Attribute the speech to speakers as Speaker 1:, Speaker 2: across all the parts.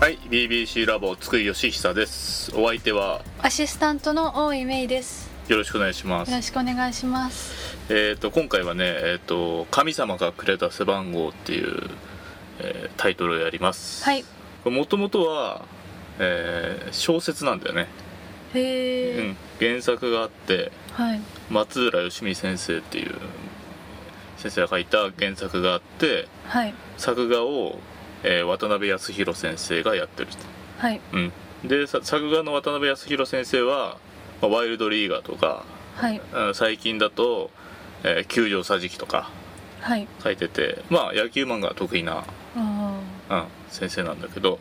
Speaker 1: はい BBC ラボ津久井義久ですお相手は
Speaker 2: アシスタントの大井芽衣です。
Speaker 1: よろしくお願いします
Speaker 2: よろしくお願いします。
Speaker 1: えー、と今回はね、えーと「神様がくれた背番号」っていう、えータイトルをやります
Speaker 2: はい。
Speaker 1: もともとは、えー小説なんだよね、
Speaker 2: へえ、
Speaker 1: うん、原作があって
Speaker 2: はい。
Speaker 1: 松浦義美先生っていう先生が書いた原作があって
Speaker 2: はい。
Speaker 1: 作画を、えー渡辺康弘先生がやってると、
Speaker 2: はい。
Speaker 1: うん、でさ作画の渡辺康弘先生は「まあワイルドリーガー」とか
Speaker 2: はい。
Speaker 1: うん最近だと「えー九条桟敷」とか
Speaker 2: はい。
Speaker 1: 書いててまあ野球漫画が得意な、
Speaker 2: あ
Speaker 1: うん、先生なんだけど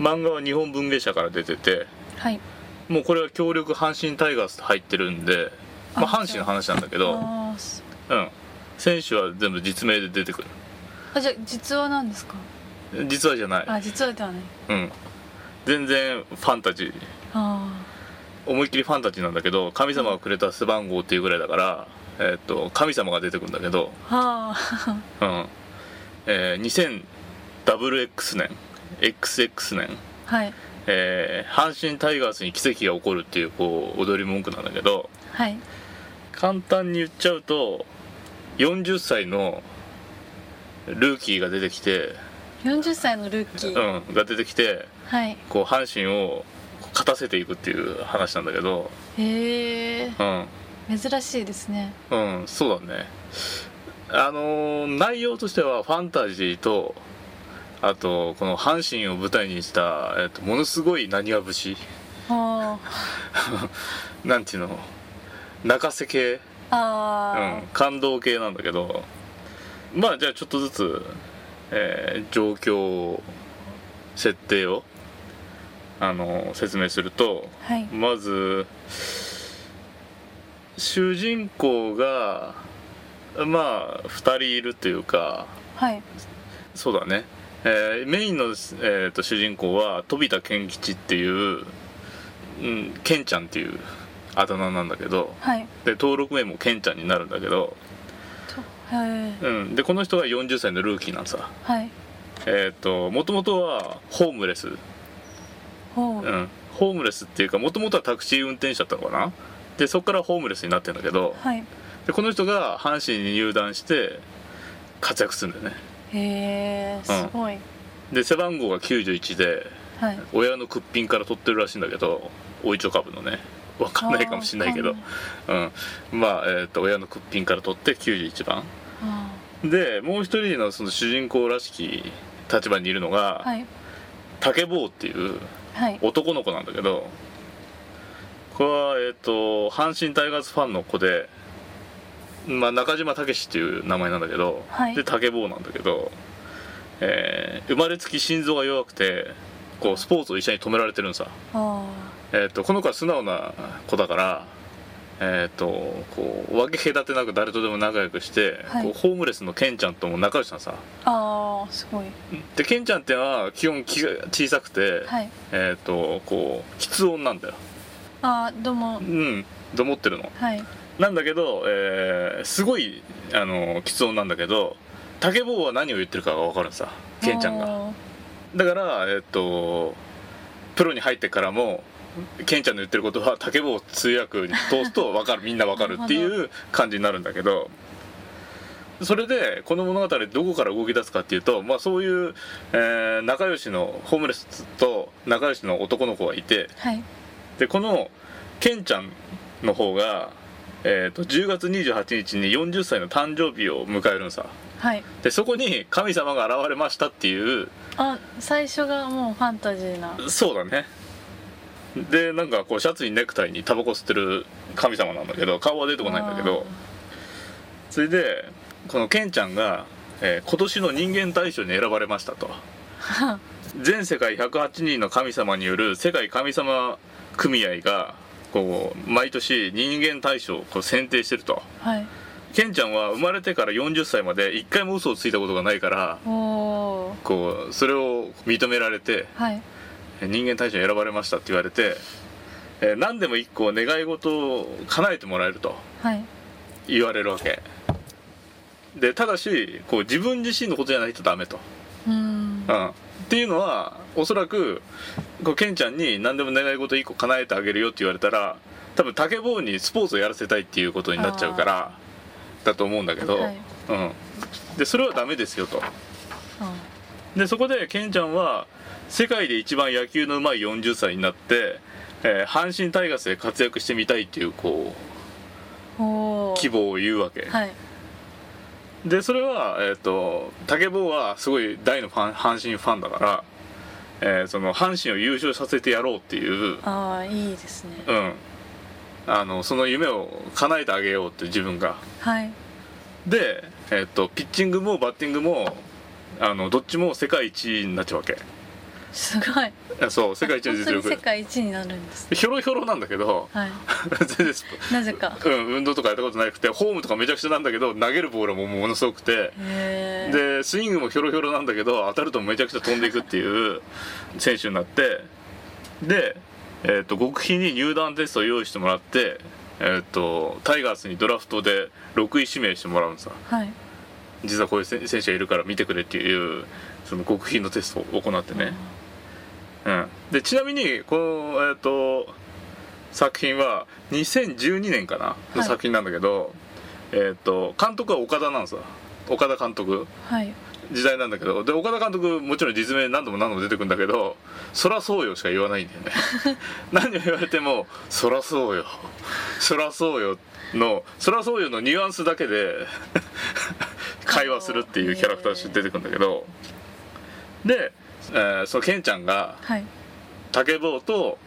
Speaker 1: 漫画は日本文芸社から出てて
Speaker 2: ーはい。
Speaker 1: もうこれは強力阪神タイガースと入ってるんで、まあ、
Speaker 2: あ
Speaker 1: 阪神の話なんだけど、
Speaker 2: あーす
Speaker 1: うん、選手は全部実名で出てく
Speaker 2: あ、じゃあ実話なんですか。
Speaker 1: る実はじゃない、
Speaker 2: あ、実話ではない。
Speaker 1: うん、全然ファンタジー
Speaker 2: あ
Speaker 1: 思いっきりファンタジーなんだけど神様がくれた背番号っていうぐらいだから、えーっと神様が出てくるんだけど、
Speaker 2: あ。は
Speaker 1: う
Speaker 2: あ。
Speaker 1: んえー、2000WX 年 XX 年
Speaker 2: はい。
Speaker 1: えー阪神タイガースに奇跡が起こるっていうこう踊り文句なんだけど
Speaker 2: はい。
Speaker 1: 簡単に言っちゃうと40歳のルーキーが出てきて、
Speaker 2: 四十歳のルーキー。
Speaker 1: うん、が出てきて
Speaker 2: はい。
Speaker 1: こう阪神を勝たせていくっていう話なんだけど、
Speaker 2: へえ。
Speaker 1: うん
Speaker 2: 珍しいですね。
Speaker 1: うん、そうだねあのー内容としてはファンタジーとあとこの阪神を舞台にした、えっと、ものすごいなにわ節
Speaker 2: あ
Speaker 1: なんていうの泣かせ系
Speaker 2: あ。あ
Speaker 1: うん、感動系なんだけどまあじゃあちょっとずつ、えー状況を設定をあの説明すると
Speaker 2: あ。はい。
Speaker 1: まず主人公がまあ2人いるというか
Speaker 2: はい。
Speaker 1: そうだね、えーメインの、えーと主人公は飛田健吉っていう、うん、健ちゃんっていうあだ名なんだけど
Speaker 2: はい。
Speaker 1: で登録名も健ちゃんになるんだけど
Speaker 2: と。はい。
Speaker 1: うん、でこの人が40歳のルーキーなんさ
Speaker 2: はい。
Speaker 1: えっ、ともともとはホームレス、
Speaker 2: ほう。
Speaker 1: うん、ホームレスっていうかもともとはタクシー運転手だったのかなでそこからホームレスになってんだけど
Speaker 2: はい。
Speaker 1: でこの人が阪神に入団して活躍するんだよね
Speaker 2: へえ。すごい。
Speaker 1: で背番号が91で
Speaker 2: はい。
Speaker 1: 親の屈品から取ってるらしいんだけどおいちょ株のねわかんないかもしれないけど、うん、まあ、えー、と親の屈品から取って91番
Speaker 2: あ
Speaker 1: でもう一人のその主人公らしき立場にいるの
Speaker 2: ー
Speaker 1: が、
Speaker 2: はい
Speaker 1: 竹坊っていう
Speaker 2: はい
Speaker 1: 男の子なんだけどこれはえっ、と阪神タイガースファンの子で、まあ、中島武っていう名前なんだけど、
Speaker 2: はい
Speaker 1: で竹坊なんだけど、えー生まれつき心臓が弱くてこうスポーツを医者に止められてるんさ、
Speaker 2: あ
Speaker 1: えっとこの子は素直な子だから。えっとこう分け隔てなく誰とでも仲良くして、
Speaker 2: はい
Speaker 1: こうホームレスのケンちゃんとも仲良しなのさ
Speaker 2: ーあーすごい
Speaker 1: でケンちゃんってのは基本気が小さくて、
Speaker 2: はい
Speaker 1: えっ、とこう吃音なんだよ
Speaker 2: あーどうも
Speaker 1: うんと思ってるの
Speaker 2: はい
Speaker 1: なんだけど、えーすごいあの吃音なんだけど竹坊は何を言ってるかが分かるさケンちゃんが
Speaker 2: あー
Speaker 1: だからえっ、とプロに入ってからもケンちゃんの言ってることは竹坊を通訳に通すと分かるみんな分かるっていう感じになるんだけどそれでこの物語どこから動き出すかっていうと、まあ、そういう、えー仲良しのホームレスと仲良しの男の子がいて、
Speaker 2: はい
Speaker 1: でこのケンちゃんの方が、えー、と10月28日に40歳の誕生日を迎えるんさ
Speaker 2: はい
Speaker 1: でそこに神様が現れましたっていう
Speaker 2: あ最初がもうファンタジーな
Speaker 1: そうだねでなんかこうシャツにネクタイにタバコ吸ってる神様なんだけど顔は出てこないんだけどそれでこのケンちゃんが、えー今年の人間大賞に選ばれましたと
Speaker 2: あ
Speaker 1: 全世界108人の神様による世界神様組合がこう毎年人間大賞をこう選定してると。
Speaker 2: ーはい
Speaker 1: ケンちゃんは生まれてから40歳まで一回も嘘をついたことがないから
Speaker 2: おお
Speaker 1: こうそれを認められて
Speaker 2: はい
Speaker 1: 人間大賞に選ばれましたって言われて、えー何でも一個願い事を叶えてもらえると
Speaker 2: はい
Speaker 1: 言われるわけでただしこう自分自身のことじゃないとダメと
Speaker 2: うーんうん
Speaker 1: うん、っていうのはおそらくこうケンちゃんに何でも願い事1個叶えてあげるよって言われたら多分竹坊にスポーツをやらせたいっていうことになっちゃうからだと思うんだけど、
Speaker 2: はい
Speaker 1: うん、でそれはダメですよと
Speaker 2: あ
Speaker 1: でそこでケンちゃんは世界で一番野球のうまい40歳になって、えー阪神タイガースで活躍してみたいっていうこう
Speaker 2: おお
Speaker 1: 希望を言うわけ、
Speaker 2: はい
Speaker 1: でそれは、えー、と竹坊はすごい大のファン阪神ファンだから、えーその阪神を優勝させてやろうっていう、
Speaker 2: ああいいですね
Speaker 1: うん、あのその夢を叶えてあげようって自分が
Speaker 2: はい
Speaker 1: で、えー、とピッチングもバッティングもあのどっちも世界一になっちゃうわけ
Speaker 2: すごい
Speaker 1: そう世界一の実
Speaker 2: 本当に世
Speaker 1: 力
Speaker 2: 界一になるんですね
Speaker 1: ひょろひょろなんだけど
Speaker 2: はい
Speaker 1: 全然ス
Speaker 2: なぜか
Speaker 1: ポうん、運動とかやったことなくてホームとかめちゃくちゃなんだけど投げるボールもものすごくて
Speaker 2: へえ
Speaker 1: でスイングもひょろひょろなんだけど当たるとめちゃくちゃ飛んでいくっていう選手になってで、えー、と極秘に入団テストを用意してもらって、えー、とタイガースにドラフトで6位指名してもらうんさ
Speaker 2: はい
Speaker 1: 実はこういうせ選手がいるから見てくれっていうその極秘のテストを行ってね、うん、でちなみにこの、えー、と作品は2012年かなの
Speaker 2: はい
Speaker 1: 作品なんだけど、えー、と監督は岡田なんさ岡田監督
Speaker 2: はい
Speaker 1: 時代なんだけどで岡田監督もちろん実名何度も何度も出てくるんだけど「そらそうよ」しか言わないんだよね 何を言われても「そらそうよ」「そらそうよ」の「そらそうよ」のニュアンスだけ で会話するっていうキャラクターとして出てくるんだけどで、えーそのケンちゃんが
Speaker 2: はい
Speaker 1: 竹坊と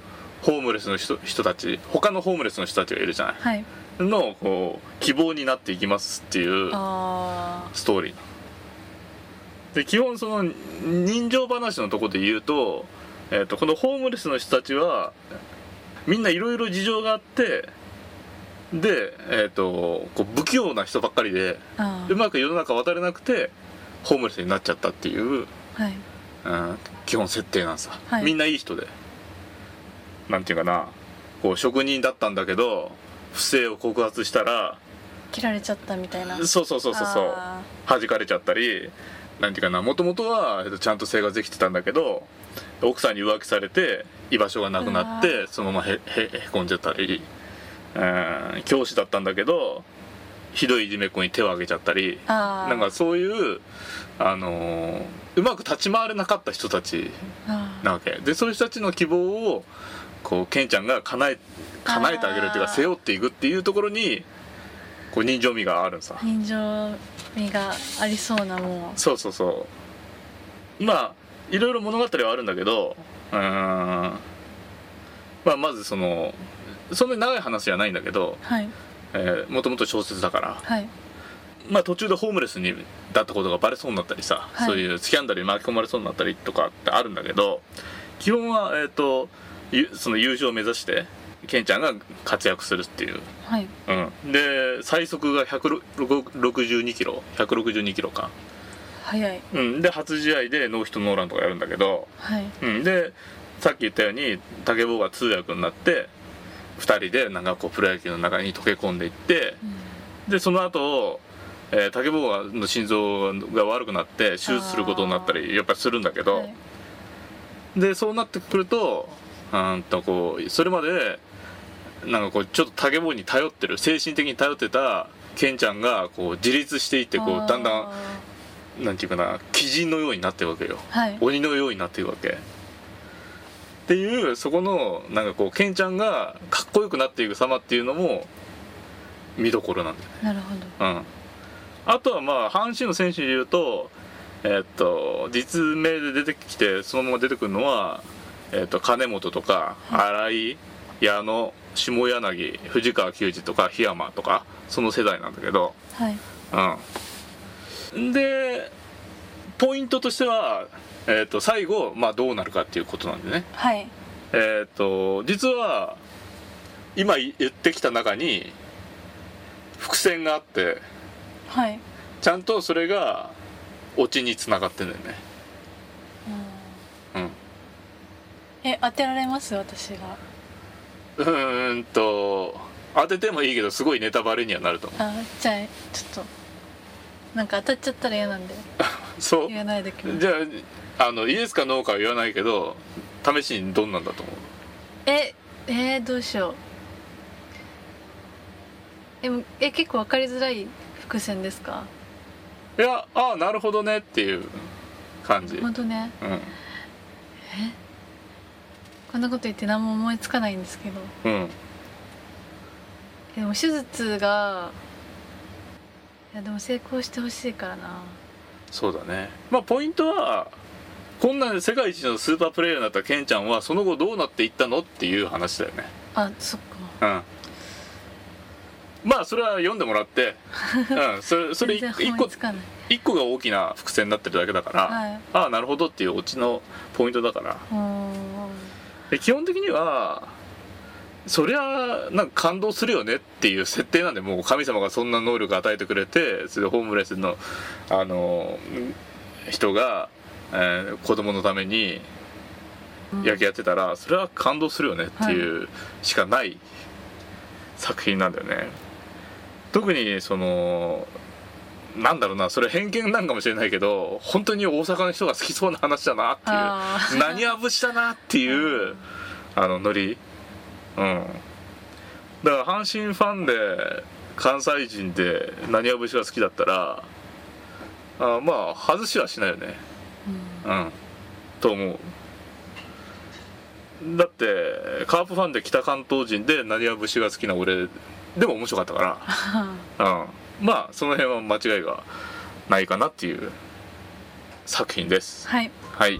Speaker 1: ホームレスの人人たち他のホームレスの人たちがいるじゃな
Speaker 2: はい
Speaker 1: いのこう希望になっていきますっていう
Speaker 2: あ
Speaker 1: ストーリーなので基本その人情話のとこで言うと,、えー、とこのホームレスの人たちはみんないろいろ事情があってで、えー、とこう不器用な人ばっかりで
Speaker 2: ーあ
Speaker 1: う
Speaker 2: ー
Speaker 1: まく世の中渡れなくてホームレスになっちゃったっていう、
Speaker 2: はい
Speaker 1: うん、基本設定なんさ、
Speaker 2: はい
Speaker 1: みんないい人でなんていうかなこう職人だったんだけど不正を告発したら
Speaker 2: 切られちゃったみたいな
Speaker 1: そうそうそうそうそう
Speaker 2: あ
Speaker 1: 弾かれちゃったりなんていうかなもともとはえっとちゃんと生活できてたんだけど奥さんに浮気されて居場所がなくなっ
Speaker 2: う
Speaker 1: てそのままへへへこんじゃったり、うん、教師だったんだけどひどいいじめっ子に手を挙げちゃったり
Speaker 2: ーあー
Speaker 1: なんかそういう、あのーうまく立ち回れなかった人たち
Speaker 2: あー
Speaker 1: なわけでそういう人たちの希望をこうケンちゃんが叶え叶えてあげるっていうか
Speaker 2: あー
Speaker 1: 背負っていくっていうところにこう人情味があるさ。
Speaker 2: 人情味がありそうなもん
Speaker 1: そうそうそうまあいろいろ物語はあるんだけどうーんまあまずそのそんなに長い話じゃないんだけど、
Speaker 2: はい
Speaker 1: えー、もともと小説だから
Speaker 2: はい
Speaker 1: まあ途中でホームレスにだったことがバレそうになったりさ、
Speaker 2: はい
Speaker 1: そういうスキャンダルに巻き込まれそうになったりとかってあるんだけど基本はえっ、とゆその優勝を目指してケンちゃんが活躍するっていう、
Speaker 2: はい
Speaker 1: うん、で最速が162キロ162キロか
Speaker 2: 早い
Speaker 1: うん、で初試合でノーヒットノーランとかやるんだけど、
Speaker 2: はい
Speaker 1: うん、でさっき言ったように竹坊が通訳になって2人でなんかこうプロ野球の中に溶け込んでいって
Speaker 2: うん
Speaker 1: でその後、えー竹坊の心臓が悪くなって手術することになったりやっぱりするんだけど、
Speaker 2: はい
Speaker 1: でそうなってくるとうーんとこうそれまでなんかこうちょっと竹坊に頼ってる精神的に頼ってたケンちゃんがこう自立していってこうだんだん
Speaker 2: あ
Speaker 1: なんていうかな鬼人のようになってるわけよ。
Speaker 2: ーはい
Speaker 1: 鬼のようになっていくわけっていうそこのなんかこうケンちゃんがかっこよくなっていく様っていうのも見どころなんだよね
Speaker 2: なるほど
Speaker 1: うんあとはまあ阪神の選手でいうとえっと実名で出てきてそのまま出てくるのは、えっと金本とか荒井矢野下柳藤川球児とか檜山とかその世代なんだけど
Speaker 2: はい
Speaker 1: うん、でポイントとしては、えー、と最後、まあ、どうなるかっていうことなんでね、
Speaker 2: はい
Speaker 1: えー、と実は今言ってきた中に伏線があって
Speaker 2: はい
Speaker 1: ちゃんとそれがオチにつながってんだよね、うん、
Speaker 2: え当てられます私が
Speaker 1: うーんと当ててもいいけどすごいネタバレにはなると思
Speaker 2: あじゃあちょっとなんか当たっちゃったら嫌なんで
Speaker 1: そう
Speaker 2: 言わないできます
Speaker 1: じゃああのイエスかノーかは言わないけど試しにどんなんだと思う
Speaker 2: ええー、どうしようでもえ結構分かりづらい伏線ですか
Speaker 1: いやああなるほどねっていう感じ、うん、
Speaker 2: 本当ねこんなこと言って何も思いつかないんですけど
Speaker 1: うん
Speaker 2: でも手術がいやでも成功してほしいからな
Speaker 1: そうだねまあポイントはこんな世界一のスーパープレイヤーになったケンちゃんはその後どうなっていったのっていう話だよね
Speaker 2: あそっか
Speaker 1: うんまあそれは読んでもらって、うん、 それそれ
Speaker 2: 全
Speaker 1: 1,
Speaker 2: 然思
Speaker 1: 個
Speaker 2: いつかない
Speaker 1: 一個が大きな伏線になってるだけだから、
Speaker 2: はい
Speaker 1: ああなるほどっていうオチのポイントだから
Speaker 2: うーん
Speaker 1: で基本的にはそりゃなんか感動するよねっていう設定なんでもう神様がそんな能力与えてくれてそれでホームレスのあの人が、えー子供のために
Speaker 2: うん
Speaker 1: 野球やってたら、それは感動するよねっていうしかない作品なんだよね。特にそのなんだろうなそれ偏見なんかもしれないけど本当に大阪の人が好きそうな話だなっていう。
Speaker 2: あー
Speaker 1: 何あぶしたなっていうあのノリうんだから阪神ファンで関西人で何あぶしが好きだったらあまあ外しはしないよね
Speaker 2: うん
Speaker 1: うんと思うだってカープファンで北関東人で何あぶしが好きな俺でも面白かったからうん、まあその辺は間違いがないかなっていう作品です
Speaker 2: はい
Speaker 1: はい